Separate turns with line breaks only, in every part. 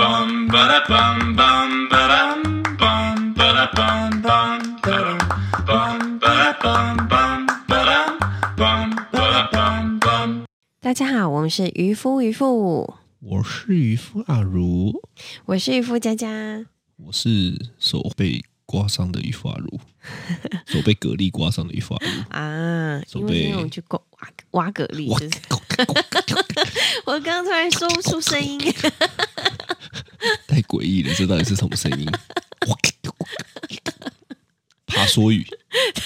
bum ba da bum bum ba dum bum ba da bum bum ba dum bum ba da bum bum ba dum bum ba da bum bum.
大家好，我们是渔夫渔妇，
我是渔夫阿如，
我是渔夫佳佳。
我是手被刮伤的渔夫阿如，手被蛤蜊刮伤的渔夫阿如。
啊，
手
因为今
背
天我们去挖挖蛤蜊，
哇
就是 我刚刚突然说不出声音，
太诡异了，这到底是什么声音？爬梭语。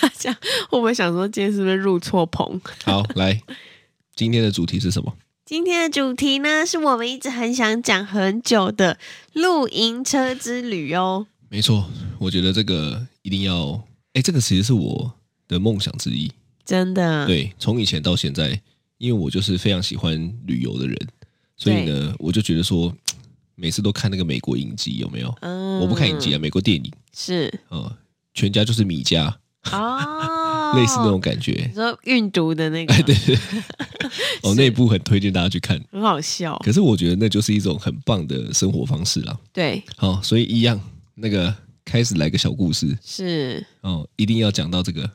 大家会不会想说今天是不是入错棚？
好，来，今天的主题是什么？
今天的主题呢，是我们一直很想讲很久的露营车之旅哦。
没错，我觉得这个一定要，哎、这个其实是我的梦想之一。
真的，
对，从以前到现在，因为我就是非常喜欢旅游的人，所以呢，我就觉得说，每次都看那个美国影集有没有？
嗯
我不看影集啊，美国电影
是
啊、呃全家就是米家，，
哦
类似那种感觉
你。说运毒的那个，
哎，对，对对哦，那一部很推荐大家去看。
很好笑。
可是我觉得那就是一种很棒的生活方式啦。
对，
好、所以一样，那个开始来个小故事
是
哦，一定要讲到这个，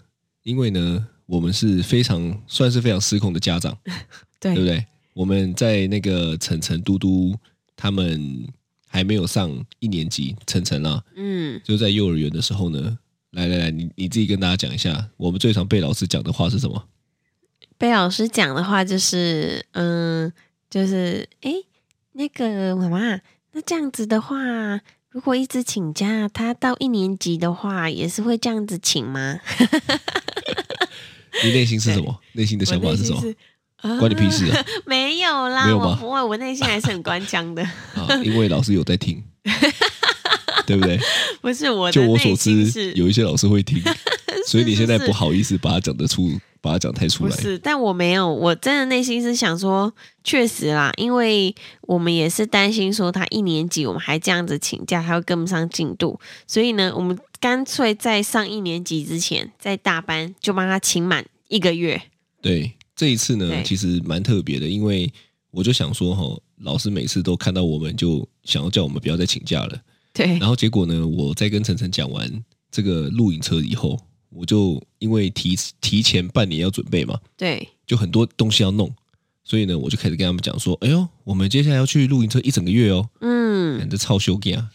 因为呢，我们是非常算是非常失控的家长，
对
对不对？我们在那个晨晨、嘟嘟他们还没有上一年级，晨晨啦、
嗯，
就在幼儿园的时候呢，来来来，你你自己跟大家讲一下，我们最常被老师讲的话是什么？
被老师讲的话就是，嗯，就是，诶，那个妈妈，那这样子的话，如果一直请假，他到一年级的话，也是会这样子请吗？
你内心是什 么？内心的想
我
法
内
是什
心
么？
是啊
关你屁事 啊！
没有啦，
没有
我
吗
不会，我内心还是很官腔的。
啊，因为老师有在听，对不对？
不是我的
就我
内
所
心
知
是，
有一些老师会 听，所以你现在
是
不好意思把它讲得出，把它讲太出
不
来。
是，但我没有，我真的内心是想说，确实啦，因为我们也是担心说他一年级我们还这样子请假，他会跟不上进度，所以呢，我们干脆在上一年级之前，在大班就帮他请满一个月。
对，这一次呢
对，
其实蛮特别的，因为我就想说哈，老师每次都看到我们就想要叫我们不要再请假了，
对
然后结果呢，我在跟晨晨讲完这个露营车以后，我就因为提提前半年要准备嘛，
对，
就很多东西要弄，所以呢，我就开始跟他们讲说，哎呦，我们接下来要去露营车一整个月哦，
嗯，
你这超休假，啊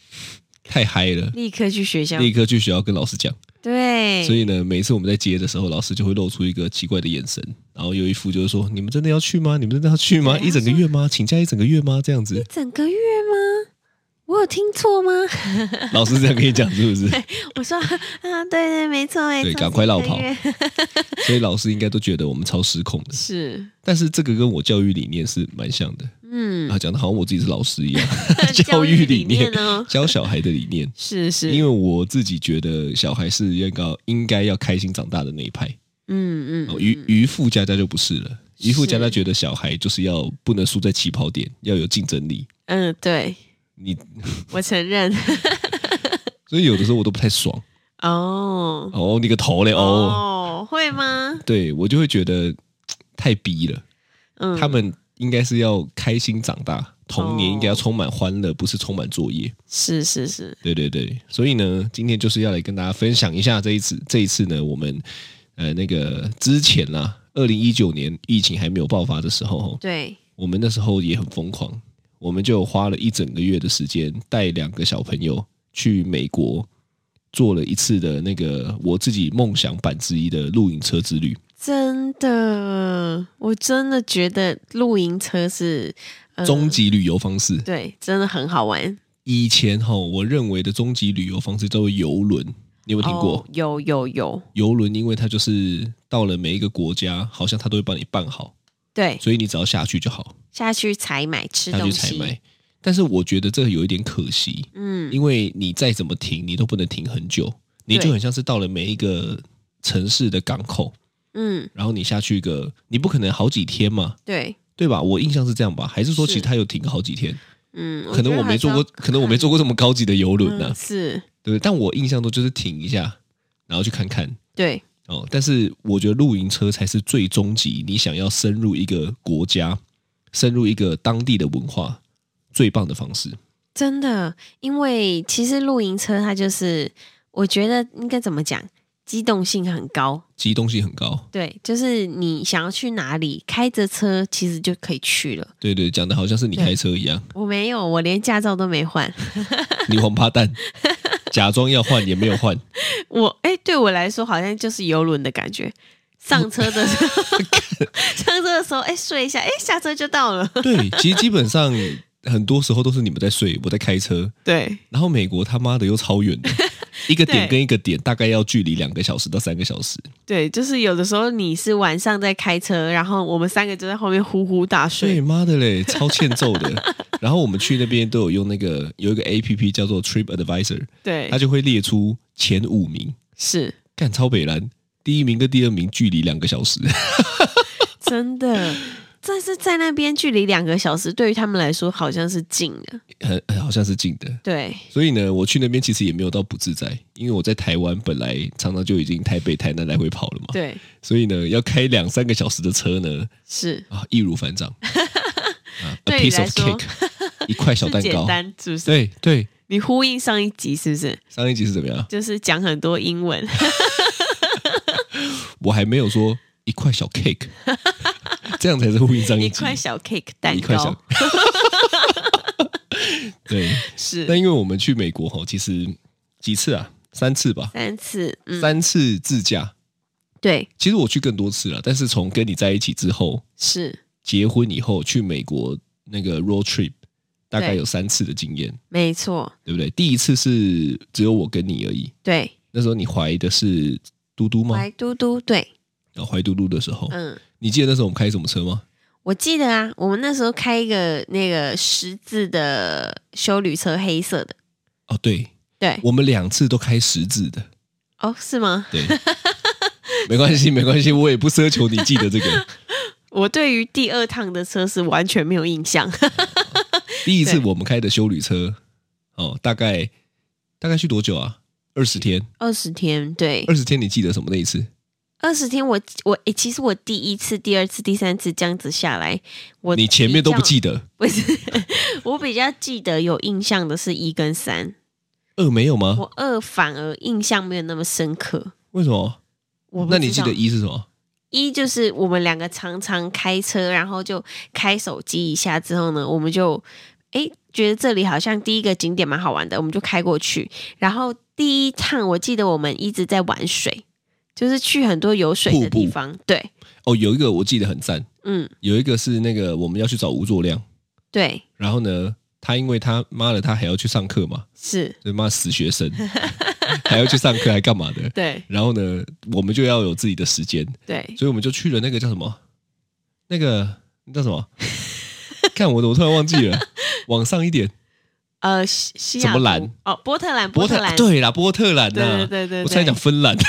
太嗨了，
立刻去学校。
立刻去学校跟老师讲。
对，
所以呢，每次我们在接的时候，老师就会露出一个奇怪的眼神，然后有一副就是说：“你们真的要去吗？你们真的要去吗？
对，
一整个月吗？请假一整个月吗？”这样子
整个月吗？我有听错吗？
老师这样跟你讲是不是？
我说啊，对对，没错，没错，
对赶快绕
整个
跑
月
所以老师应该都觉得我们超失控 的。
是，
但是这个跟我教育理念是蛮像的
嗯，，
啊，讲的好像我自己是老师一样 育
理 啊
念，
呢？
教小孩的理念。
是是，
因为我自己觉得小孩是应该应该要开心长大的那一派，
嗯嗯
哦
嗯，
渔渔夫家家就不是了。渔夫家
是
家觉得小孩就是要不能输在起跑点，要有竞争力。
嗯，对，
你
我承认。
所以有的时候我都不太爽。
哦
哦，你个头嘞！哦，
哦，会吗？
对我就会觉得嘖太逼了。
嗯，
他们应该是要开心长大，童年
哦
应该要充满欢乐，不是充满作业。
是是是，
对对对，所以呢，今天就是要来跟大家分享一下这一次，这一次呢，我们呃那个之前啦、啊，二零一九年疫情还没有爆发的时候，哦
对，
我们那时候也很疯狂，我们就花了一整个月的时间带两个小朋友去美国，做了一次的那个我自己梦想版之一的露营车之旅。
真的，我真的觉得露营车是、呃
终极旅游方式，
对，真的很好玩。
以前哈，我认为的终极旅游方式叫做游轮，你有没有听过
哦？有有有，
游轮，因为它就是到了每一个国家，好像它都会帮你办好，
对，
所以你只要下去就好，
下去采买吃
下去
东
采
西，
买。但是我觉得这个有一点可惜，
嗯，
因为你再怎么停，你都不能停很久，你
对
就很像是到了每一个城市的港口，
嗯，
然后你下去一个，你不可能好几天嘛，
对，
对吧？我印象是这样吧？还是说
是
其实它有停好几天？
嗯，
可能我没坐过，可能我没坐过这么高级的游轮啊
轮
呢、
嗯是，
对不对？但我印象中就是停一下，然后去看看
对，
哦。但是我觉得露营车才是最终极，你想要深入一个国家，深入一个当地的文化，最棒的方式。
真的，因为其实露营车它就是，我觉得应该怎么讲，机动性很高。
机动性很高。
对，就是你想要去哪里，开着车其实就可以去了。
对对，讲的好像是你开车一样，
我没有，我连驾照都没换。
你王八蛋，假装要换也没有换，
我哎，对我来说好像就是游轮的感觉。上车的时候， 上车的时候，哎，睡一下，哎，下车就到了。
对， 其实基本上很多时候都是你们在睡，我在开车。
对，
然后美国他妈的又超远的，一个点
对
跟一个点大概要距离两个小时到三个小时。
对，就是有的时候你是晚上在开车，然后我们三个就在后面呼呼大
对，
睡。
妈的嘞，超欠揍的。然后我们去那边都有用那个有一个 A P P 叫做 Trip Advisor，
对，
它就会列出前五名，
是
干超北蓝。第一名跟第二名距离两个小时，
真的。 但是在那边距离两个小时，对于他们来说好像是近的。
很很好像是近的。
对，
所以呢，我去那边其实也没有到不自在，因为我在台湾本来常常就已经台北、台南来回跑了嘛，
对，
所以呢，要开两三个小时的车呢，
是
啊，易 如反掌。啊 a
对
piece
你
of
来说
cake，一块小
是
蛋
简
糕。
单，是不是？
对对，
你呼应上一集是不是？
上一集是怎么样？
就是讲很多英文，
我还没有说一块小 cake，这样才是呼应上
一
一集。
块小 cake 蛋
一块小
糕
对，
是
但因为我们去美国吼，其实几次啊，三次吧，
三次，嗯，
三次自驾。
对，
其实我去更多次了，但是从跟你在一起之后，
是
结婚以后去美国那个 road trip，大概
对
有三次的经验，
没错，
对不对？第一次是只有我跟你而已，
对，
那时候你怀的是嘟嘟吗？
怀嘟嘟，对，
然后怀嘟嘟的时候，
嗯，
你记得那时候我们开什么车吗？
我记得啊，我们那时候开一个那个十字的修旅车，黑色的，
哦，对，
对，
我们两次都开十字的，
哦，是吗？
对， 没关系，没关系，我也不奢求你记得 这个。
我对于第二趟的车是完全没有印象，
第一次
对
我们开的修旅车，哦，大概大概去多久啊？二十天，
二十天，对
二，十天，你记得什么那一次？
二十天我，我诶其实我第一次、第二次、第三次这样子下来，我
你前面都不
比较
记得，
不是，我比较记得有印象的是一跟三，
二没有吗？
我二反而印象没有那么深刻。
为什么？
我不
那你
知
记
道
得一是什么？
一就是我们两个常常开车，然后就开手机一下之后呢，我们就诶觉得这里好像第一个景点蛮好玩的，我们就开过去。然后第一趟我记得我们一直在玩水，就是去很多有水的
瀑布
地方。对，
哦，有一个我记得很赞，
嗯，
有一个是那个我们要去找吴作亮，
对，
然后呢，他因为他妈的他还要去上课嘛，
是，
这妈死学 生，还要去上课还干嘛的？
对，
然后呢，我们就要有自己的时间，
对，
所以我们就去了那个叫什么，那个那叫 什么？看我，我突然忘记了。往上一点，
呃，西西雅
怎么
图
兰
哦， 波特兰，
波
特
特啊
兰，
对啦，波特兰呐、
对对对对对
我差点讲芬兰。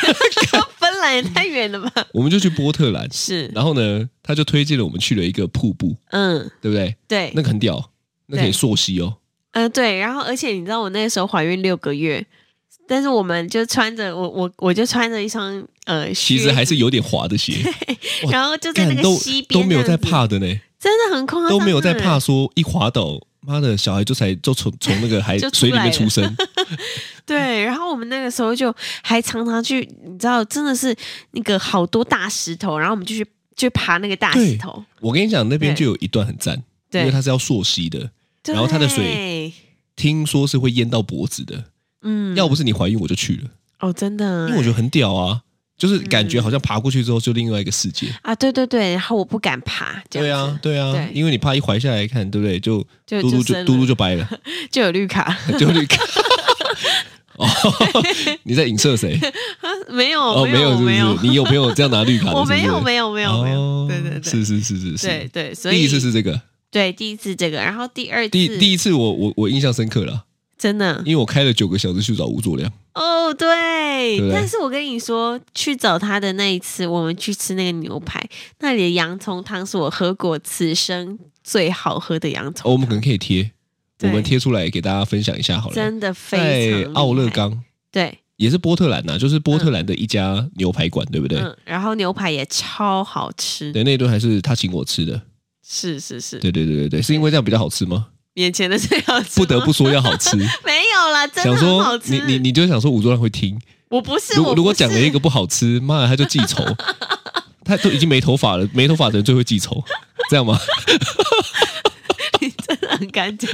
芬兰也太远了吧？
我们就去波特兰，
是，
然后呢，他就推荐了我们去了一个瀑布，
嗯，
对不对？
对，
那个很屌，那可以
对
溯溪哦。
呃，对，然后而且你知道我那个时候怀孕六个月，但是我们就穿着我我我就穿着一双呃
其
靴
实还
子
是有点滑的鞋，哇
然后就在
干
那个
都
溪边
都没有
这
在
样子，
怕的呢，
真的很夸张，欸
都没有在怕，说一滑倒，妈的小孩就才就从从那个海
就出
水里
来
面
了
出生，
对，然后我们那个时候就还常常去，你知道，真的是那个好多大石头，然后我们就去去爬那个大
对
石头，
我跟你讲，那边
对
就有一段很赞，因
对
为它是要溯溪的，然后它的水
对，
听说是会淹到脖子的。
嗯，
要不是你怀孕，我就去了，
哦，真的，
因为我觉得很屌啊，就是感觉好像爬过去之后就另外一个世界。
啊，对对对，然后我不敢爬，这
对
样
啊
子，，
对啊，
对
因为你怕一怀下来看，对不对？就
就
嘟嘟就
生
嘟嘟
了
就掰了，
就有绿卡，
就你哦，你在影射谁？
没有，
哦，没
没
有，是不
没有
是？，你有朋友这样拿绿卡的？
我没
是不
有，
是
没有，没有，没有，
哦
对对对，
是是是是
对
是，
对，所以
第一次是这个，
对第一次这个，然后第二次
第第一次我我我印象深刻了，
真的
因为我开了九个小时去找吴作亮，
哦，对
对不对
但是我跟你说，去找他的那一次，我们去吃那个牛排，那里的洋葱汤是我喝过此生最好喝的洋
哦，
葱
我们可能可以贴，我
对
们贴出来给大家分享一下好了。
真的非常
在
厉害
奥勒，冈
对，
也是波特兰呐、就是波特兰的一家牛排馆，对不对？
嗯，然后牛排也超好吃，
对，那一顿还是他请我吃的。
是是是，
对对对对对，是因为这样比较好吃吗？
眼前的最好吃，
不得不说要好 吃。
没有啦，真的
想
很
说
好吃。
你你你就想说吴卓然会听，
我不是，
如
我
果
不
如果讲了一
是
个不好吃，妈的他就记 仇，他都已经没头发了，没头发的人最会记仇，这样 吗？
真的很敢讲，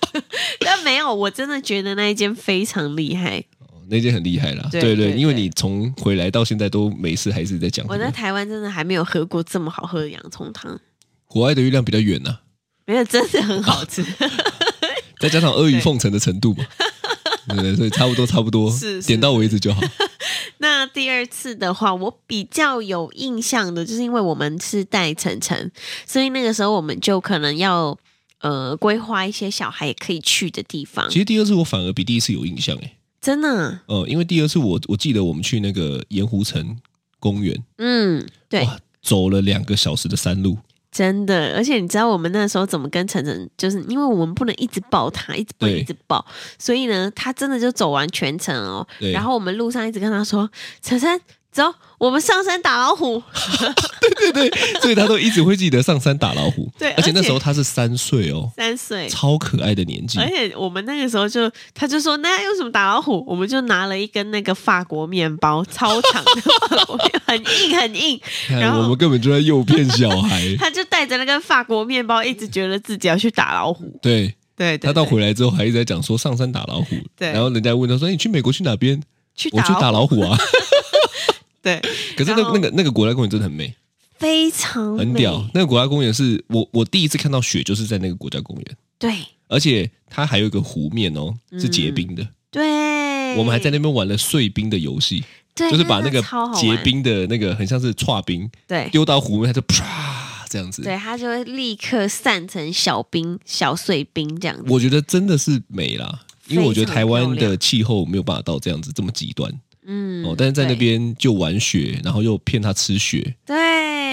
但没有，我真的觉得那一间非常厉害。
那件很厉害啦，
对
对
对对
因为你从回来到现在都没事，还是在讲这
我
个。
在台湾真的还没有喝过这么好喝的洋葱汤，
国外的月亮比较远呐、
没有，真的很好吃。
再加上阿谀奉承的程度嘛，对对，所以差不多差不多，
是是
点到为止就好。
那第二次的话，我比较有印象的，就是因为我们是带晨晨，所以那个时候我们就可能要呃规划一些小孩也可以去的地方
其。实第二次我反而比第一次有印象诶、欸
真的，啊
呃，因为第二次我我记得我们去那个盐湖城公园，
嗯，对，
哇，走了两个小时的山路，
真的。而且你知道我们那时候怎么跟晨晨，就是因为我们不能一直抱他，一直不能
对
一直抱，所以呢，他真的就走完全程哦。
对
然后我们路上一直跟他说：“晨晨，走，我们上山打老虎。”
所以他都一直会记得上山打老虎。
对
而且那
而且
时候他是三岁哦，
三岁，
超可爱的年纪
而。且我们那个时候就，他就说那用什么打老虎，我们就拿了一根那个法国面包，超长的法国面包，很硬很硬。然
看，
后。
我们根本就在诱骗小孩
他就带着那根法国面包，一直觉得自己要去打老虎。
对
对
他
对
到
对，
回来之后还一直在讲说上山打老虎，
对
然后人家问他说：“哎你去美国去哪边？”
去
我去
打
打
虎。
老虎 啊！
对，
可是那
然后
那个那个国家公园真的很美，
非常美
很屌。。那个国家公园是我我第一次看到雪，就是在那个国家公园，
对
而且它还有一个湖面哦，是结冰的。
嗯对，
我们还在那边玩了碎冰的游戏，
对，
就是把那个
超好玩
结，冰的那个很像是串冰
对
丢到湖面，它就啪这样子。
对，它就会立刻散成小冰、小碎冰这样子。
我觉得真的是美啦，因为我觉得
非常
台湾
漂
的
亮
气候没有办法到这样子这么极端
嗯，
哦，但是在那
对
边就玩雪，然后又骗他吃雪，
对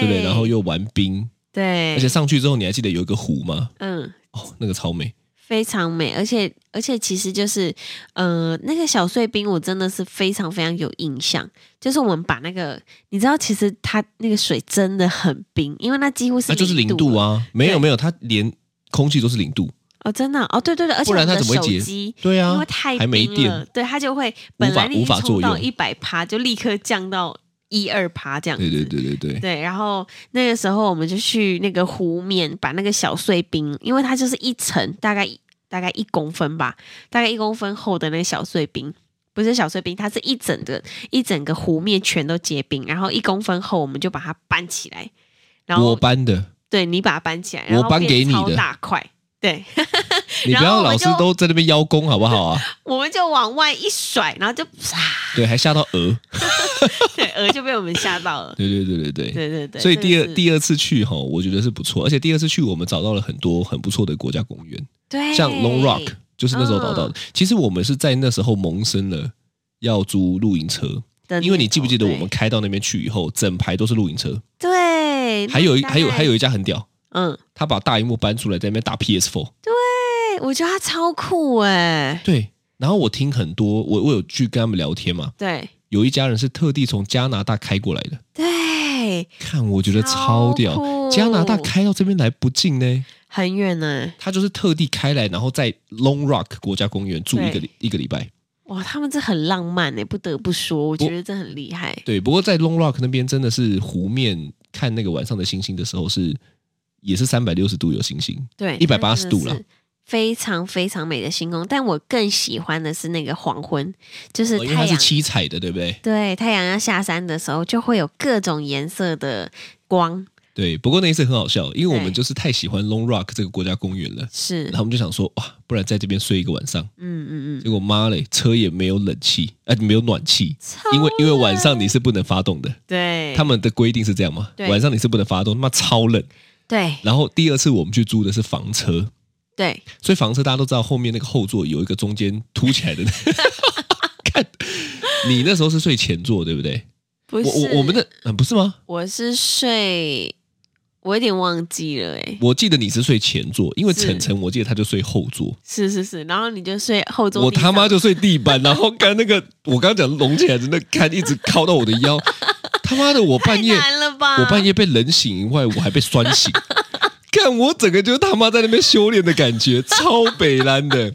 对不对？然后又玩冰，
对，
而且上去之后你还记得有一个湖吗？
嗯。
哦，那个超美。
非常美，而且而且其实就是，呃，那个小碎冰我真的是非常非常有印象，就是我们把那个，你知道，其实它那个水真的很冰，因为那几乎是
那就是零度
了，
啊，没有
对
没有，它连空气都是零度。
哦，真的哦，对对对，而且
不然
我们
它
的
怎么会结
手机
对啊
因为太
还没
冰了
电，
对，它就会本来你已
无法
经冲到
作用
一百趴，就立刻降到一二趴这样子，
对对对对对，
对，然后那个时候我们就去那个湖面，把那个小碎冰，因为它就是一层，大概大概一公分吧，大概一公分厚的那个小碎冰，不是小碎冰，它是一整个一整个湖面全都结冰，然后一公分厚，我们就把它搬起来，然
我
后
搬的，
对你把它搬起来，
我
然后
搬
变
给你
超
的
大块，对，
你
然
不
后
要
我
老
们
是
就
都在那边邀功好不 好啊？
我们就往外一甩，然后就啪，
对，还吓到鹅。
对，鹅就被我们吓到了，
对对对对对。
对对对，
所以
这个
第二
是
第二次去哈，我觉得是不错，而且第二次去我们找到了很多很不错的国家公园，
对
像 Long Rock 就是那时候
嗯
找到的。其实我们是在那时候萌生了要租露营车，
的
因为你
那
记不
种
记得我
对
们开到那边去以后，整排都是露营车，
对，
还有一
那
还有
大概
还有一家很屌，
嗯，
他把大荧幕搬出来在那边打 PS4，
哎，我觉得他超酷哎、
对，然后我听很多，我我有去跟他们聊天嘛，
对
有一家人是特地从加拿大开过来的，
对，
看我觉得超屌，
酷
加拿大开到这边来不近呢，
很远呢、
他就是特地开来，然后在 Long Rock 国家公园住一个礼一个礼拜。
哇，他们这很浪漫哎、不得不说，我觉得这很厉害。
对，不过在 Long Rock 那边真的是湖面看那个晚上的星星的时候是也是三百六十度有星星，
对，
180度啦
了。非常非常美的星空，但我更喜欢的是那个黄昏，就是
哦因为
太
它是
阳，
七彩的，对不对？
对太阳要下山的时候，就会有各种颜色的光，
对，不过那一次很好笑，因为我们
对
就是太喜欢 Long Rock 这个国家公园了，
是
然，后我们就想说哇，不然在这边睡一个晚上。
嗯嗯嗯，
结果妈嘞，车也没有冷气，哎、没有暖气，因为因为晚上你是不能发动的，
对，
他们的规定是这样嘛，
对
晚上你是不能发动，他妈超冷。
对
然后第二次我们去租的是房车，
对
所以房车大家都知道后面那个后座有一个中间凸起来的那， 看你那时候是睡前座对不对？
不是
我我我们的、嗯、不是吗？
我是睡，我有点忘记了哎、
我记得你是睡前座，因为
是
晨晨我记得他就睡后座，
是是是，然后你就睡后座
我
地
他妈
上
就睡地板， 然后刚那个我刚刚讲隆起来的那个看一直靠到我的腰，他妈的我
太
半夜。
难了吧？
我半夜被冷醒以外，我还被酸醒， 看我整个就是他妈在那边修炼的感觉，超北蓝的。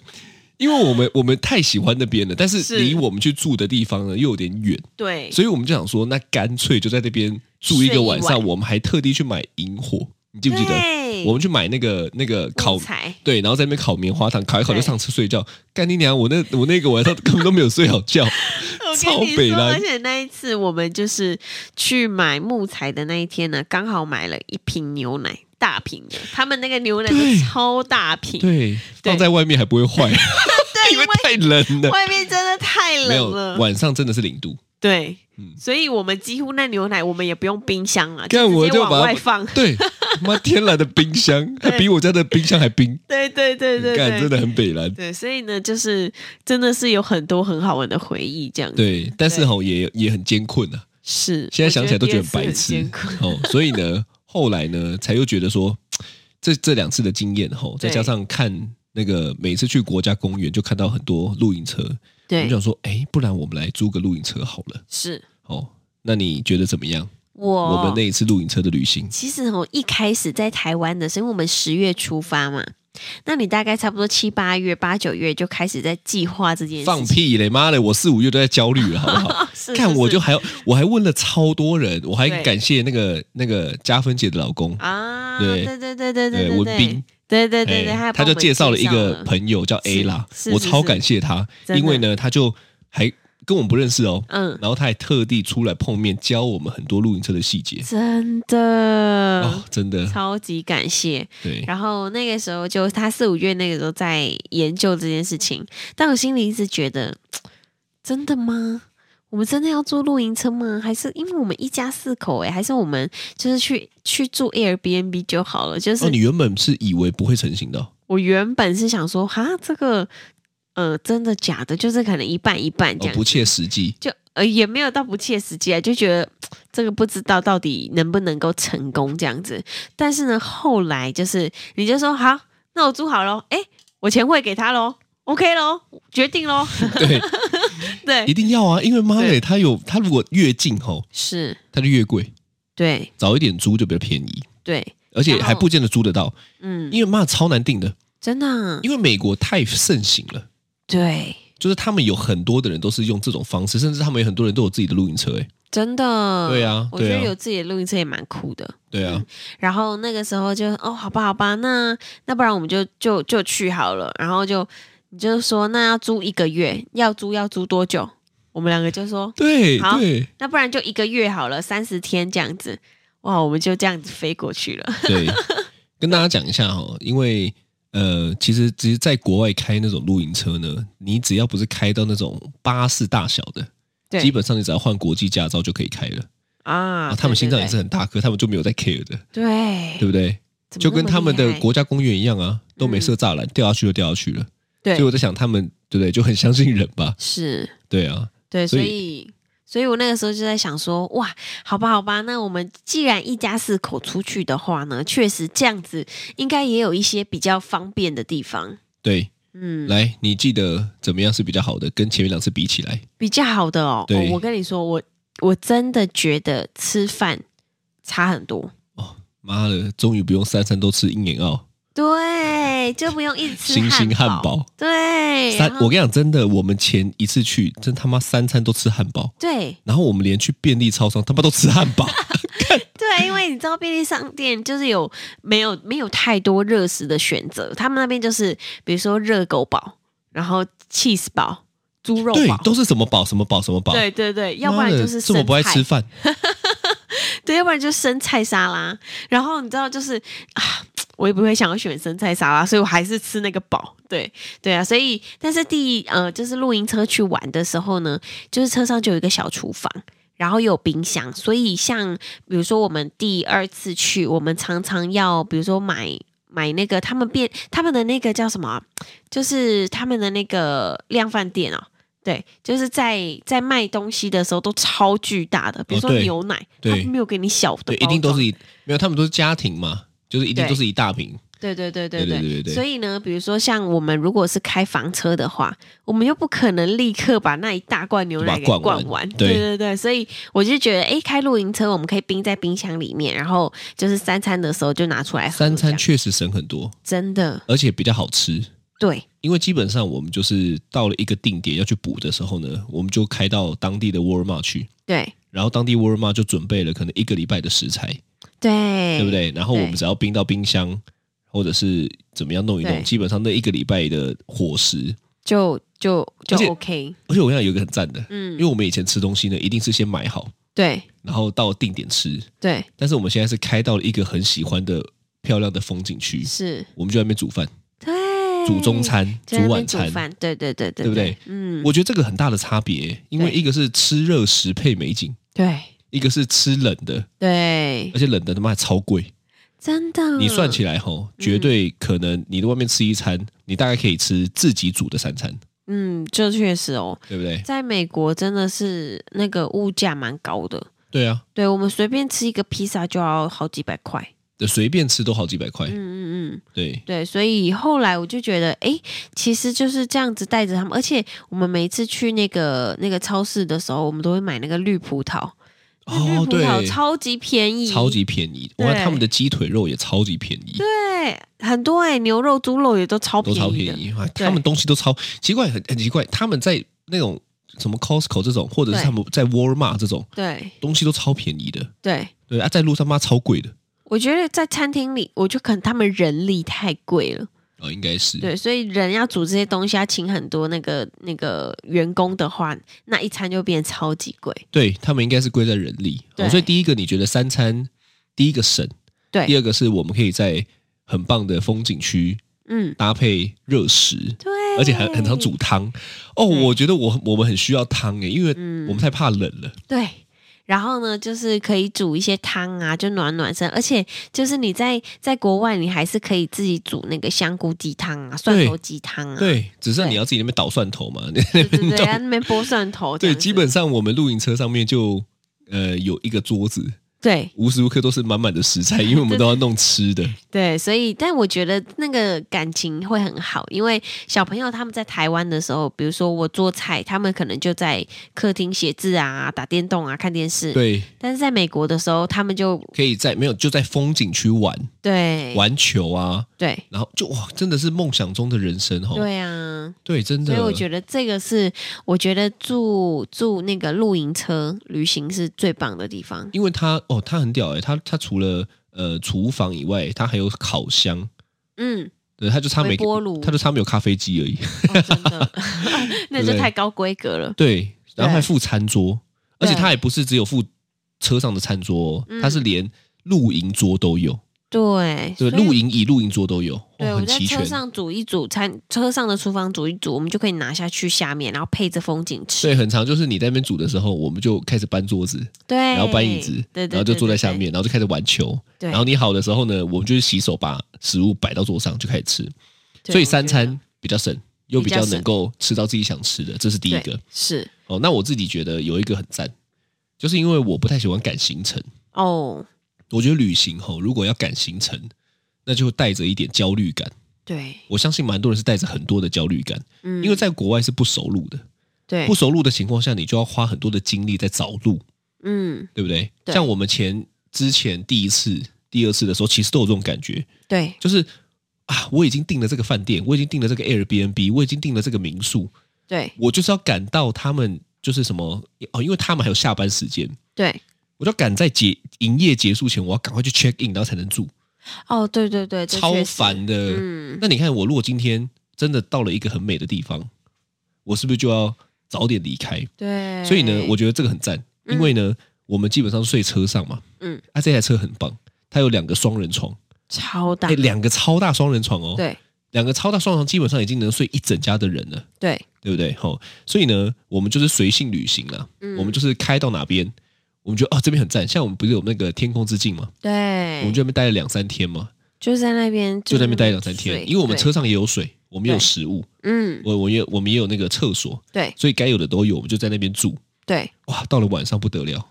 因为我们我们太喜欢那边了，但是
是
离我们去住的地方呢又有点远，
对，
所以我们就想说，那干脆就在那边住一个晚
睡一
上。
晚
我们还特地去买萤火，你记不记得？
对
我们去买那个那个烤
木材
对，然后在那边烤棉花糖，烤一烤就
对
上车睡觉。干你娘！我那我那个晚上根本都没有睡好觉，
我
超
跟你
北
说，
蓝
而且那一次我们就是去买木材的那一天呢，刚好买了一瓶牛奶，大瓶的，他们那个牛奶
对
都超大瓶，
对，放在外面还不会坏，
对，
因
因
为
为
太冷了。
外面真的太
没有
冷了，，
晚上真的是零度。
对
嗯。
所以我们几乎那牛奶我们也不用冰箱了，
干
直
我
接
就
往
把它
外放。
对，妈天然的冰箱，还比我家的冰箱还冰，
对对对对
干
对，
真的很北蓝。
对，所以呢，就是真的是有很多很好玩的回忆，这样子
对，但是吼也也很艰困啊。
是。
现在想起来都
我觉
觉得很白
第二
痴
次很艰苦
哦。所以呢，后来呢，才又觉得说，这这两次的经验吼，再
对
加上看那个每次去国家公园就看到很多露营车，我们
对，
想说，哎，不然我们来租个露营车好了。
是
哦，那你觉得怎么样？
我
我们那一次露营车的旅行，
其实我一开始在台湾的时候，因为我们十月出发嘛，那你大概差不多七八月、八九月就开始在计划这件事情。
放屁嘞！妈的，我四五月都在焦虑了，好不好？
是！是
看，我
嗯是
就还有我还问了超多人，我还
对
感谢那个那个加芬姐的老公，
啊，
对
对对对对
对
对对
文斌，
对对对对，
哎
还
他就介
介
绍了一个
了
朋友叫 A
是
啦，
是
我
是
超
是
感谢他，
真的
因为呢，他就还跟我们不认识哦，
嗯，
然后他还特地出来碰面，教我们很多露营车的细节
真的、
哦，真的
超级感谢。
对，
然后那个时候就他四五月那个时候在研究这件事情，但我心里一直觉得，真的吗？我们真的要坐露营车吗？还是因为我们一家四口诶、欸还是我们就是去去住 Airbnb 就好了？就是、
哦，你原本是以为不会成型的哦
我原本是想说，哈，这个呃，真的假的？就是可能一半一半这
哦，
样，
不切实 际，
就呃也没有到不切实际啊，就觉得嘖这个不知道到底能不能够成功这样子。但是呢，后来就是你就说好，那我租好咯，哎，我钱汇给他喽，OK 咯，决定咯，
对，一
对，
定要啊，因为妈的，
对
他有他如果越近吼，
是，
他就越贵，
对
早一点租就比较便宜，
对，
而且
然后
还不见得租得到，
嗯，
因为妈超难定的，
真的啊，
因为美国太盛行了。
对，
就是他们有很多的人都是用这种方式，甚至他们有很多人都有自己的露营车、欸，
真的，
对啊
我
对
觉
啊
得有自己的录音车也蛮酷的。
对啊，
然后那个时候就哦，好吧，好吧，那那不然我们就就就去好了。然后就你就说那要租一个月，要租要租多久？我们两个就说
对
好
对
那不然就一个月好了，三十天这样子。哇，我们就这样子飞过去了。
对，跟大家讲一下哦，因为呃，其实其实在国外开那种露营车呢，你只要不是开到那种巴士大小的，
对，
基本上你只要换国际驾照就可以开了。
啊
啊，他们心脏也
对
是很大颗，他们就没有在 care 的，
对
对
对，
不对？
怎么
就跟
那么
他们
厉
的
害
国家公园一样啊，都没
嗯
设栅栏，掉下去就掉下去了。
对
所以我在想，他们对不对就很相信人吧？
是，
对啊，
对，
所
所
以
以。所以我那个时候就在想说，哇，好吧，好吧，那我们既然一家四口出去的话呢，确实这样子应该也有一些比较方便的地方。
对，
嗯，
来，你记得怎么样是比较好的？跟前面两次比起来，
比较好的哦。
对
哦我跟你说，我我真的觉得吃饭差很多。
妈的，终于不用三餐都吃鹰眼澳
对，就不用一直吃
星星汉堡。
对，
三
然，后
我跟你讲，真的，我们前一次去，真他妈三餐都吃汉堡，
对
然后我们连去便利超商他妈都吃汉 堡，
对，啊因为你知道便利商店就是有没有没有太多热食的选择，他们那边就是比如说热狗堡，然后 cheese 堡、猪肉
对，
堡，
都是什么堡什么堡什么堡，
对对对，要不然
妈的
就是
这么
生
不爱
菜
吃饭，
对，要不然就生菜沙拉。然后你知道，就是啊，我也不会想要选生菜沙拉，所以我还是吃那个饱。对对啊，所以但是第一呃，就是露营车去玩的时候呢，就是车上就有一个小厨房。然后有冰箱，所以像比如说我们第二次去，我们常常要比如说买买那个他们变他们的那个叫什么啊、就是他们的那个量贩店哦，对，就是在在卖东西的时候都超巨大的，比如
哦
说
对
牛奶，
对
他没有给你小的包
对，
装，
一定都是一没有，他们都是家庭嘛，就是一定
对
都是一大瓶，
对对对对
对
对
对对对
所以呢，比如说像我们如果是开房车的话，我们又不可能立刻把那一大罐牛奶给
把它
灌
灌
完。
完
对
对
对对，所以我就觉得，哎，开露营车我们可以冰在冰箱里面，然后就是三餐的时候就拿出来喝。
三
这
餐
样
确实省很多，
真的
而且比较好吃。
对
因为基本上我们就是到了一个定点要去补的时候呢，我们就开到当地的沃尔玛去，
对
然后当地沃尔玛就准备了可能一个礼拜的食材，
对，
对不？对？然后我们只要冰到冰箱，或者是怎么样弄一
对
弄，基本上那一个礼拜的伙食。
就就就
而且
OK，
而且我跟你讲有一个很赞的，
嗯
因为我们以前吃东西呢，一定是先买好，
对
然后到定点吃。
对
但是我们现在是开到了一个很喜欢的漂亮的风景区，
是，
我们就在那边煮饭、
对
煮中，餐、
嗯就在那边
晚
煮
餐。
饭，对对对对
对不对？
嗯，
我觉得这个很大的差别，因为
对
一个是吃热食配美景，
对
一个是吃冷的，
对，
而且冷的他妈还超贵。
真的，
你算起来吼，绝对可能你在外面吃一餐，你大概可以吃自己煮的三餐，
嗯，这确实哦，
对不对？
在美国真的是那个物价蛮高的，
对啊，
对我们随便吃一个披萨就要好几百块。
随便吃都好几百块。
嗯嗯嗯，
对，
对，所以后来我就觉得，哎，其实就是这样子带着他们，而且我们每一次去那个那个超市的时候，我们都会买那个绿葡萄，那
哦
绿，葡
对，
萄超级便宜，
超级便宜。我看他们的鸡腿肉也超级便宜，
对，很多哎，牛肉、猪肉也都超
都
便
超
宜的，
便宜。哇他们东西都超奇怪，很很奇怪。他们在那种什么 Costco 这种，或者是
对
他们在沃尔玛这种
对
东西都超便宜的。
对。
对啊，在路上妈超贵的
我觉得在餐厅里，我就可能他们人力太贵了，
哦，应该是
对，所以人要煮这些东西，要请很多那个那个员工的话，那一餐就变超级贵。
对他们应该是归在人力、哦
对
所以第一个，你觉得三餐，第一个省，
对
第二个是我们可以在很棒的风景区
嗯，
搭配热食，
对，
而且还很常煮汤。哦，
对
我觉得我我们很需要汤欸诶，因为
嗯
我们太怕冷了。
对。然后呢，就是可以煮一些汤啊，就暖暖身。而且就是你在在国外，你还是可以自己煮那个香菇鸡汤啊、蒜头鸡汤啊，
对，只剩
对
你要自己那边捣蒜头嘛。
对对对，在那边剥蒜头这
对，
样子，
基本上我们露营车上面就呃有一个桌子，
对
无时无刻都是满满的食材，因为我们都要弄吃的。
对，所以但我觉得那个感情会很好，因为小朋友他们在台湾的时候，比如说我做菜，他们可能就在客厅写字啊、打电动啊、看电视。。
对，
但是在美国的时候，他们就
可以在没有就在风景区玩
对
玩球啊，
对
然后就哇，真的是梦想中的人生哦。
对啊，
对真的。
所以我觉得这个是我觉得住住那个露营车旅行是最棒的地方。
因为它哦，它很屌诶，它它除了呃厨房以外，它还有烤箱，
嗯，
对，它就差没
微波炉
它就差没有咖啡机而已。
哦、真的， 那就
对
太高规格了。
对，然
对
后还附餐桌，而且
对
它也不是只有附车上的餐桌哦，
嗯
它是连露营桌都有，
对，
对，
所以
露营椅、露营桌都有，
对，
哦、
我
很
在
齐
车
全。
上煮一煮餐，车上的厨房煮一煮，我们就可以拿下去下面，然后配着风景吃。
对，很长，就是你在那边煮的时候，我们就开始搬桌子，
对，
然后搬椅子，
对对
然后就坐在下。面，然后就开始玩球。
对对对对，
然后你好的时候呢，我们就去洗手，把食物摆到桌上就开始吃。所以三餐比较省，又比
比
较
较省
能够吃到自己想吃的，这是第
第
一个。
是
哦，那我自己觉得有一个很赞，就是因为我不太喜欢赶行程，
哦，
我觉得旅行吼，如果要赶行程，那就带着一点焦虑感。
对，
我相信蛮多人是带着很多的焦虑感，
嗯，
因为在国外是不熟路的，
对
不，熟路的情况下，你就要花很多的精力在找路，
嗯，
对不对？
对
像我们前之前第一次、第二次的时候，其实都有这种感觉，
对
就是啊，我已经订了这个饭店，我已经订了这个 Airbnb，我已经订了这个民宿，
对
我就是要赶到他们就是什么哦，因为他们还有下班时间，
对，
我就赶在结营业结束前，我要赶快去 check in，然后才能住，
哦，对对对，这
超
确实
烦的。
嗯，
那你看，我如果今天真的到了一个很美的地方，我是不是就要早点离开？
对。
所以呢，我觉得这个很赞，
哎嗯
因为呢，我们基本上睡车上嘛，
嗯，
啊，这台车很棒，它有两个双人床，
超大
哎，，两个超大双人床哦，
对
两个超大双人床基本上已经能睡一整家的人了，
对，
对不对？吼、所以呢，我们就是随性旅行啦，
嗯
我们就是开到哪边，我们觉得哦这边很赞，像我们不是有那个天空之境嘛，
对，
我们就在那边待了两三天嘛，
就在那边，
就在那边待了两三
睡
天，因为我们
对
车上也有水，我们也有
对
食物，
嗯，
我我也我们也有那个厕所，
对
所以该有的都有，我们就在那边住。
对，
哇，到了晚上不得了，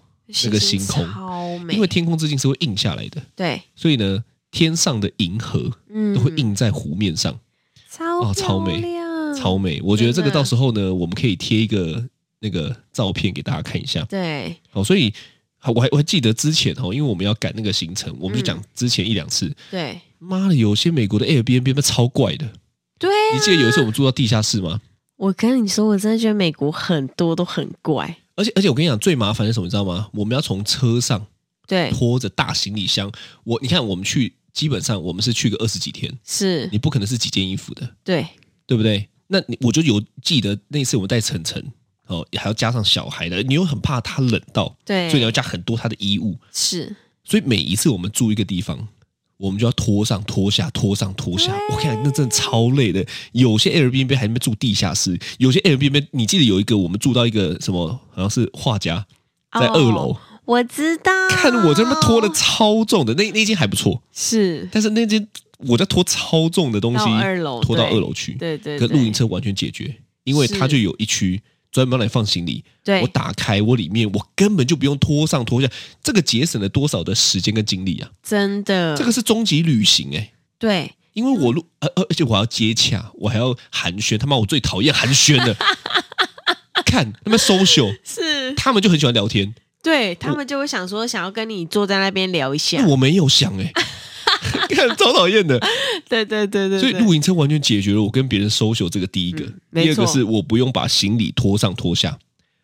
那个
星
星空
超美，
因为天空之镜是会映下来的，
对
所以呢，天上的银河
嗯
都会印在湖面上，
超
哦超
漂
美
亮
超美。我觉得这个
嗯真的
到时候呢，我们可以贴一个那个照片给大家看一下。
对，
好，哦所以好我还我还记得之前哦，因为我们要赶那个行程，我们就
嗯
讲之前一两次。
对
妈的，有些美国的 Airbnb 那超怪的。
对、啊，
你记得有一次我们住到地下室吗？
我跟你说，我真的觉得美国很多都很怪，
而且而且我跟你讲，最麻烦的是什么，你知道吗？我们要从车上
对，
拖着大行李箱。我你看，我们去基本上我们是去个二十几天，
是，
你不可能是几件衣服的，
对，
对不对？那你我就有记得那次我们带晨晨哦，还要加上小孩的，你又很怕他冷到，
对，
所以你要加很多他的衣物。
是，
所以每一次我们住一个地方，我们就要拖上拖下拖上拖下。我看那真的超累的。有些 Airbnb 还没住地下室，有些 Airbnb 你记得有一个我们住到一个什么，好像是画家在
哦
二楼，
我知道，
看我这边拖的超重的，那那间还不错，
是
但是那间我在拖超重的东西，
到二楼，
拖到
对
二楼去，
对对，
可
对
露营车完全解决，因为它
是
就有一区。专门来放行李，
对
我打开我里面，我根本就不用拖上拖下，这个节省了多少的时间跟精力啊！
真的
这个是终极旅行哎、
对
因为我录，而、而而且我还要接洽，我还要寒暄，他妈我最讨厌寒暄了。 看他们 social，
是，
他们就很喜欢聊天，
对他们就会想说想要跟你坐在那边聊一下
那，我没有想哎、看超讨厌的。
对对对对，
所以
对
露营车完全解决了我跟别人 social 这个第一个，
没
第二个
错
是我不用把行李拖上拖下，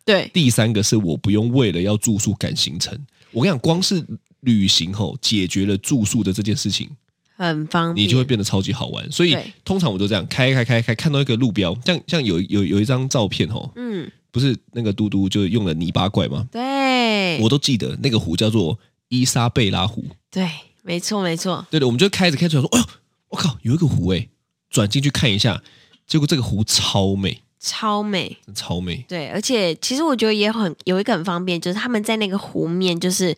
对
第三个是我不用为了要住宿赶行程。我跟你讲，光是旅行后解决了住宿的这件事情，
很方便，
你就会变得超级好玩。所以
对
通常我都这样开开开开，看到一个路标，像像有有有一张照片哦，
嗯，
不是那个嘟嘟就用了泥巴怪吗？
对，
我都记得那个湖叫做伊莎贝拉湖。
对，没错没错，
对的，我们就开始开出来说，哎呦，我靠，有一个湖哎，转进去看一下，结果这个湖超美，
超美。
真超美。
对，而且其实我觉得也很有一个很方便，就是他们在那个湖面，就是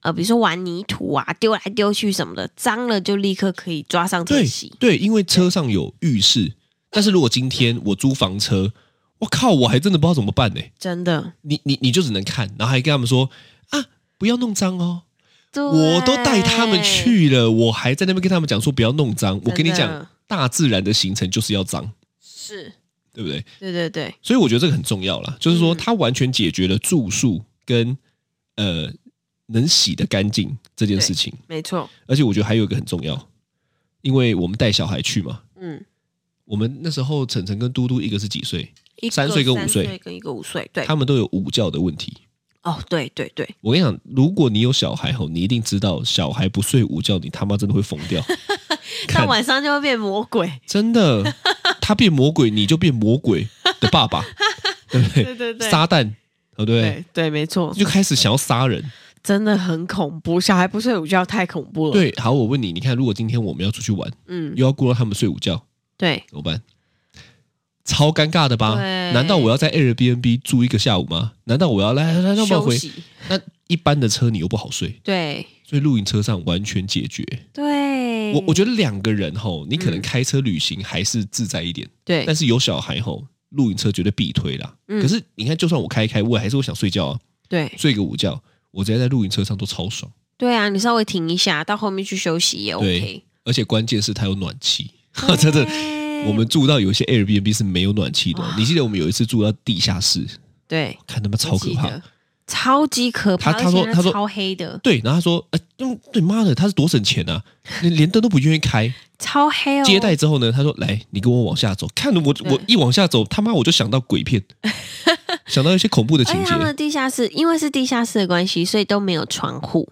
呃，比如说玩泥土啊，丢来丢去什么的，脏了就立刻可以抓上车
对
洗。
对，因为车上有浴室，但是如果今天我租房车，我靠，我还真的不知道怎么办呢。
真的，
你你你就只能看，然后还跟他们说啊，不要弄脏哦。
对
我都带他们，去了，我还在那边跟他们讲说不要弄脏。我跟你
真
讲
的，
大自然的形成就是要脏，
是，
对不对？
对对对，
所以我觉得这个很重要啦，就是说
嗯
它完全解决了住宿跟呃能洗的干净这件事情。
没错，
而且我觉得还有一个很重要，因为我们带小孩去嘛，
嗯，
我们那时候晨晨跟嘟嘟一个是几岁，
一个
三岁跟五
三
岁
岁跟一个五岁，对，
他们都有午觉的问题。
哦，对对对，
我跟你讲，如果你有小孩吼，你一定知道，小孩不睡午觉，你他妈真的会疯掉。
到
看
晚上就会变魔鬼，
真的，他变魔鬼，你就变魔鬼的 爸爸，对不对？
对对对，
撒旦，哦对不对？
对对，没错，
就开始想要杀人。
真的很恐怖，小孩不睡午觉太恐怖了，，
对，好，我问你，你看，如果今天我们要出去玩，
嗯，
又要顾到他们睡午觉，
对，
怎么办？超尴尬的吧？
对
难道我要在 Airbnb 住一个下午吗？难道我要来来来，那我们
休
回？
息，
那一般的车你又不好睡，
对
所以露营车上完全解决。
对，
我我觉得两个人吼，你可能
嗯
开车旅行还是自在一点。
对
但是有小孩吼，露营车绝对必推啦。
嗯
可是你看，就算我开一开，我也还是会想睡觉啊，
对
睡个午觉，我直接在露营车上都超爽。
对啊，你稍微停一下，到后面去休息也 OK。
而且关键是它有暖气， 真的，
对
我们住到有一些 Airbnb 是没有暖气的哦。
哇
你记得我们有一次住到地下室，
对
看他妈超
我
可
记
怕
得。超级可怕。
他他说
而且它
他说
超黑的，
对，然后他说：“呃，嗯，对妈的，他是多省钱啊，连连灯都不愿意开。
超黑哦，
接待之后呢，他说：‘来，你跟我往下走。’看我我
对
一往下走，他妈我就想到 鬼片，想到一些恐怖的
而
情
且
节
他。们的地下室，因为是地下室的关系，所以都没有窗户，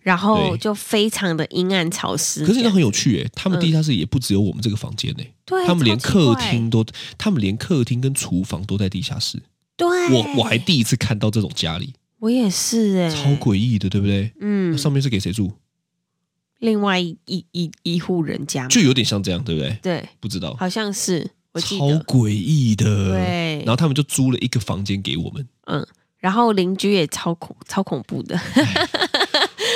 然后
对
就非常的阴暗潮湿。
可是那很有
趣，
趣诶、欸他们
嗯
地下室也不只有我们这个房间呢、
对，
他们连
超奇
客
怪，
厅都，他们连客厅跟厨房都在地下室。
对，
我我还第一次看到这种家里，
我也是哎、
超诡异的，对不对？那
嗯，
上面是给谁住？
另外一一一一户人家嘛，
就有点像这样，对不对？
对，
不知道，
好像是我
超
记得，
诡异的。
对
然后他们就租了一个房间给我们，
嗯，然后邻居也超恐超恐怖的，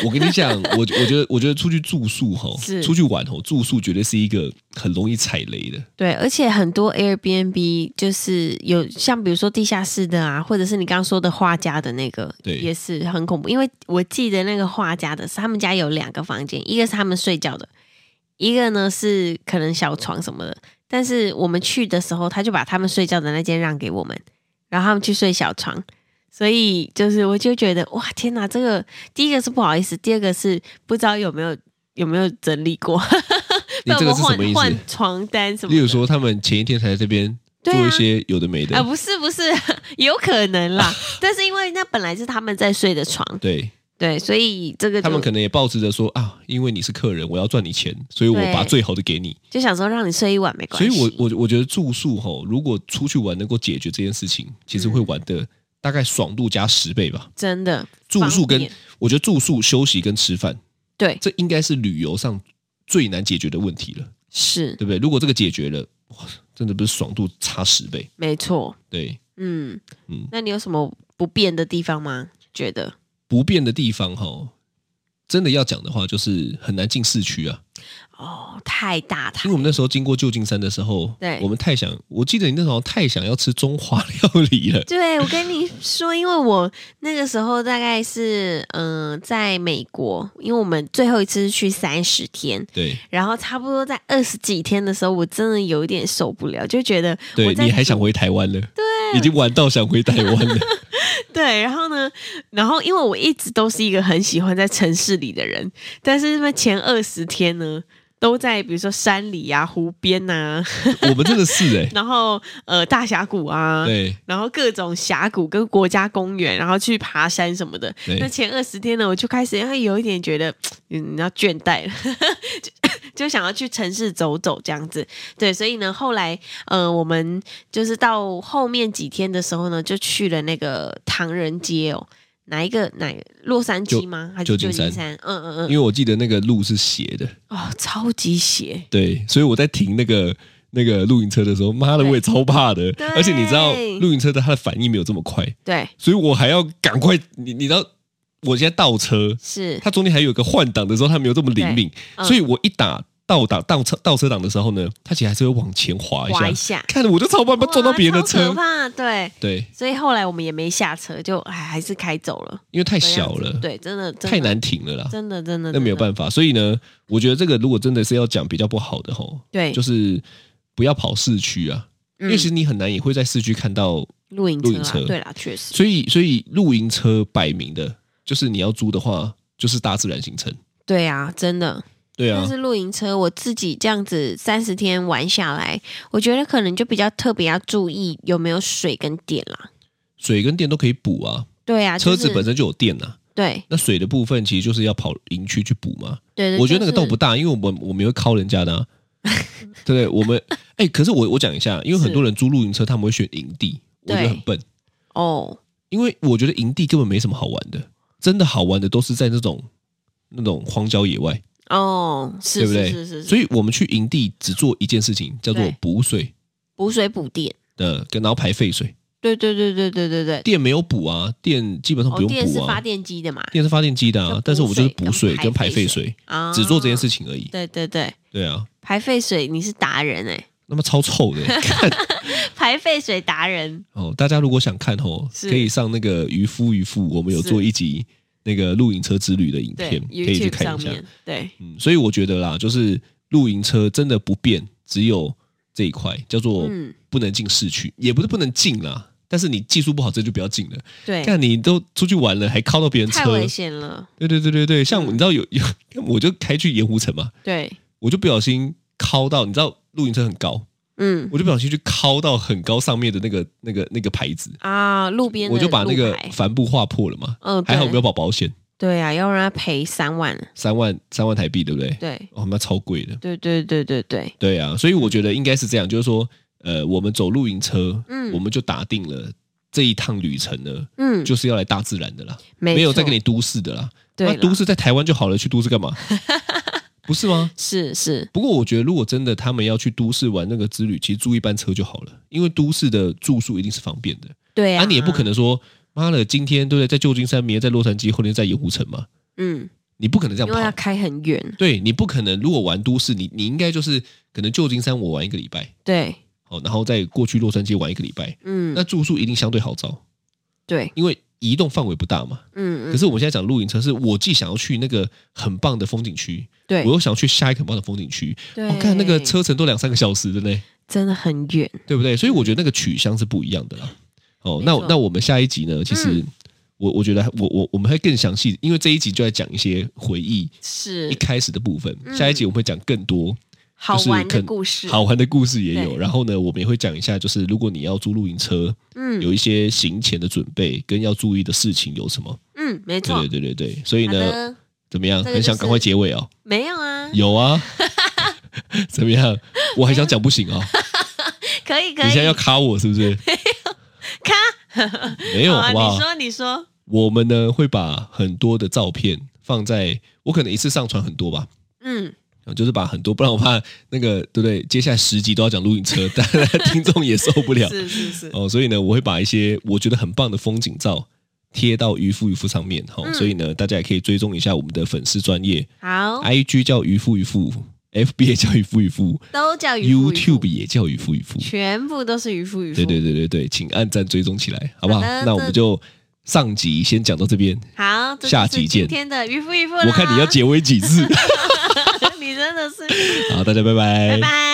我跟你 讲，我我觉得我觉得出去住宿吼，
是
出去玩吼，住宿绝对是一个很容易踩雷的。
对，而且很多 Airbnb 就是有像比如说地下室的啊，或者是你刚刚说的画家的那个，
对
也是很恐怖。因为我记得那个画家的是他们家有两个房间，一个是他们睡觉的，一个呢是可能小床什么的。但是我们去的时候，他就把他们睡觉的那间让给我们，然后他们去睡小床。所以就是我就觉得哇天哪，这个第一个是不好意思，第二个是不知道有没有有没有整理过，
你这个是什
不
么
然我们
意
换
思
换？床单什么的？
例如说，他们前一天才在这边
对
做
啊
一些有的没的，
啊，不是不是， 有可能 啦。但是因为那本来是他们在睡的床，
对
对，所以这个
他们
就
可能也抱持着说啊，因为你是客人，我要赚你钱，所以我
对
把最好的给你。
就想说让你睡一晚没关
所
系。
以我我我觉得住宿吼，如果出去玩能够解决这件事情，其实会玩的
嗯
大概爽度加十倍吧。
真的
住宿
方
跟
便
我觉得住宿、休息跟吃饭，
对
这应该是旅游上最难解决的问题了，
是
对不对？如果这个解决了，哇，真的不是爽度差十倍。
没错，
对，
嗯
嗯
那你有什么不变的地方吗？觉得
不变的地方吼，真的要讲的话，就是很难进市区啊。
哦，太大
因
太
为我们那时候经过旧金山的时候，
对
我们太想，我记得你那时候太想要吃中华料理了。
对，我跟你说，因为我那个时候大概是嗯、呃在美国，因为我们最后一次是去三十天，
对，
然后差不多在二十几天的时候，我真的有一点受不了，就觉得
对
我在
你还想
煮
回台湾了？对，已经玩到想回台湾了。
对，然后呢，然后因为我一直都是一个很喜欢在城市里的人，但是那前二十天呢，都在比如说山里啊、湖边 呐、
我们真的是 哎、
然后呃大峡谷啊，
对
然后各种峡谷跟国家公园，然后去爬山什么的。
对
那前二十天呢，我就开始哎有一点觉得，嗯，要倦怠了， 就就想要去城市走走这样子。对，所以呢，后来呃，我们就是到后面几天的时候呢，就去了那个唐人街哦，哪一个哪洛杉矶吗？还是旧
旧
金
金山
山？嗯嗯嗯，
因为我记得那个路是斜的，
哦，超级斜。
对，所以我在停那个那个露营车的时候，妈的，
对
我也超怕的
对。
而且你知道，露营车的它的反应没有这么快，
对，
所以我还要赶快，你你知道，我现在倒车，
是
它中间还有一个换挡的时候，它没有这么灵敏，
嗯
所以我一打倒档倒车倒车档的时候呢，它其实还是会往前滑一
滑
下，
一下，
看着我就超怕撞到别人的
哇超可
车。
怕，对。
对，
所以后来我们也没下车，就哎还是开走了。
因为太
这样
小
子
了，
对，真的真的
太难停了啦，
真的真的
那没有办法。所以呢，我觉得这个如果真的是要讲比较不好的吼，
对，
就是不要跑市区啊，因为其实
嗯、
你很难也会在市区看到，
露营
露营
啦
车
啊对啦，确实
所以所以露营车摆明的就是你要租的话，就是大自然行程。
对啊，真的。
对啊
但，是露营车我自己这样子三十天玩下来，我觉得可能就比较特别要注意有没有水跟电啦。
水跟电都可以补啊，
对啊，
车子
就是
本身就有电啊。
对
那水的部分其实就是要跑营区去补嘛。
对对，
我觉得那个
就
倒
是
不大，因为我们我们会靠人家 的、啊，对不对？我们哎、可是我我讲一下，因为很多人租露营车，他们会选营地，我觉得
对
很笨，
哦，
因为我觉得营地根本没什么好玩的，真的好玩的都是在那种那种荒郊野外。
哦，是
对不对
是是是是，
所以我们去营地只做一件事情，叫做
对
补水
补水补电，
的，跟然后排废水。
对对对对对对对，
电没有补啊，电基本上不
哦，
用
电是
补
发
啊。
电机的嘛，
电是发电机的
就
啊
补，
但是我们就是
水
补
跟
水
排
跟排
废
废
水
水，
啊，
只做这件，事情而已。
对对对，
对啊，
排废水你是达人哎、
那么超臭的。欸看
排废水达人，
哦，大家如果想看哦，
是
可以上那个渔夫渔妇，我们有
是
做一集那个露营车之旅的影
对
片，可以去
，YouTube
看
上
一下。
面，对，
嗯，所以我觉得啦，就是露营车真的不变，只有这一块叫做
嗯，
不能进市区，也不是不能进啦，但是你技术不好，这就不要进了。
对，
看你都出去玩了，还靠到别人
太
车
危，险了，
对对对对对，像
嗯
你知道有有，我就开去盐湖城嘛，
对，
我就不小心靠到，你知道露营车很高，
嗯
我就不小心去靠到很高上面的那个那个那个牌子，
啊，路边的
我就把那
路
个
牌
帆布划破了嘛。
嗯，
还好
对
没有保保险，
对啊，要让他赔三万，
三万三万台币，对不对？
对，
哦，那超贵的。
对对对对对，
对啊，所以我觉得应该是这样，就是说，呃，我们走露营车，
嗯
我们就打定了这一趟旅程呢，
嗯，
就是要来大自然的啦，
没
有再
错
跟你啊都市的啦。
对
那
啦
都市在台湾就好了，去都市 干嘛？不是吗？
是是，
不过我觉得，如果真的他们要去都市玩那个之旅，其实租一班车就好了，因为都市的住宿一定是方便的。啊
对啊
啊，你也不可能说，妈的，今天对不对，在旧金山，明天在洛杉矶，后天在盐湖城嘛？
嗯，
你不可能这
因
样
为要
跑。
开很远，
对你不可能，如果玩都市，你你应该就是可能旧金山我玩一个礼拜，
对，
哦，然后再过去洛杉矶玩一个礼拜，那
嗯，
住宿一定相对好找，
对，
因为移动范围不大嘛。
嗯
可
嗯，
是我们现在讲露营车，是我既想要去那个很棒的风景区，
对
我，又想要去下一个很棒的风景区，
对，嗯
我、看那个车程都两三个小时的嘞，
真的很远，
对不对？所以我觉得那个取向是不一样的啦。哦，那
没错嗯
那我们下一集呢？其实、我我觉得我我我们会更详细，因为这一集就在讲一些回忆
是
一开始的部分，
嗯
下一集我们会讲更多
好玩
就是
的
可
故事，
好，玩的故事也有。
对
然后呢，我们也会讲一下，就是如果你要租露营车，
嗯
有一些行前的准备跟要注意的事情有什么？
嗯，没错，
对对对对对，所以
好
呢，
的，
怎么样？
这个
很想
就是
赶快结尾哦。
没有啊，
有啊，怎么样？我还想讲不行哦，
可 以可
你现在要
以，
卡我是 不是？
咔，
没有，
好啊，
好不好
你？说你说，
我们呢会把很多的照片放在，我可能一次上传很多吧。
嗯，
就是把很多，不然我怕那个，对不对？接下来十集都要讲露营车，但 听众也受不了
是是是，
哦。所以呢，我会把一些我觉得很棒的风景照贴到渔夫渔夫上面哈、哦
嗯
所以呢，大家也可以追踪一下我们的粉丝专业
好，
，IG 叫渔夫渔夫，FB 也叫渔夫渔夫
都叫哦渔夫渔夫
，YouTube 也叫渔夫渔夫。
全部都是渔夫渔夫，
对对对对对，请按赞追踪起来，好不好？
好的
那我们就上集先讲到这边，
好，这就是
下集见
今天的渔夫渔夫啦，
我看你要结尾几次。
你真的是，
好，大家拜
拜拜。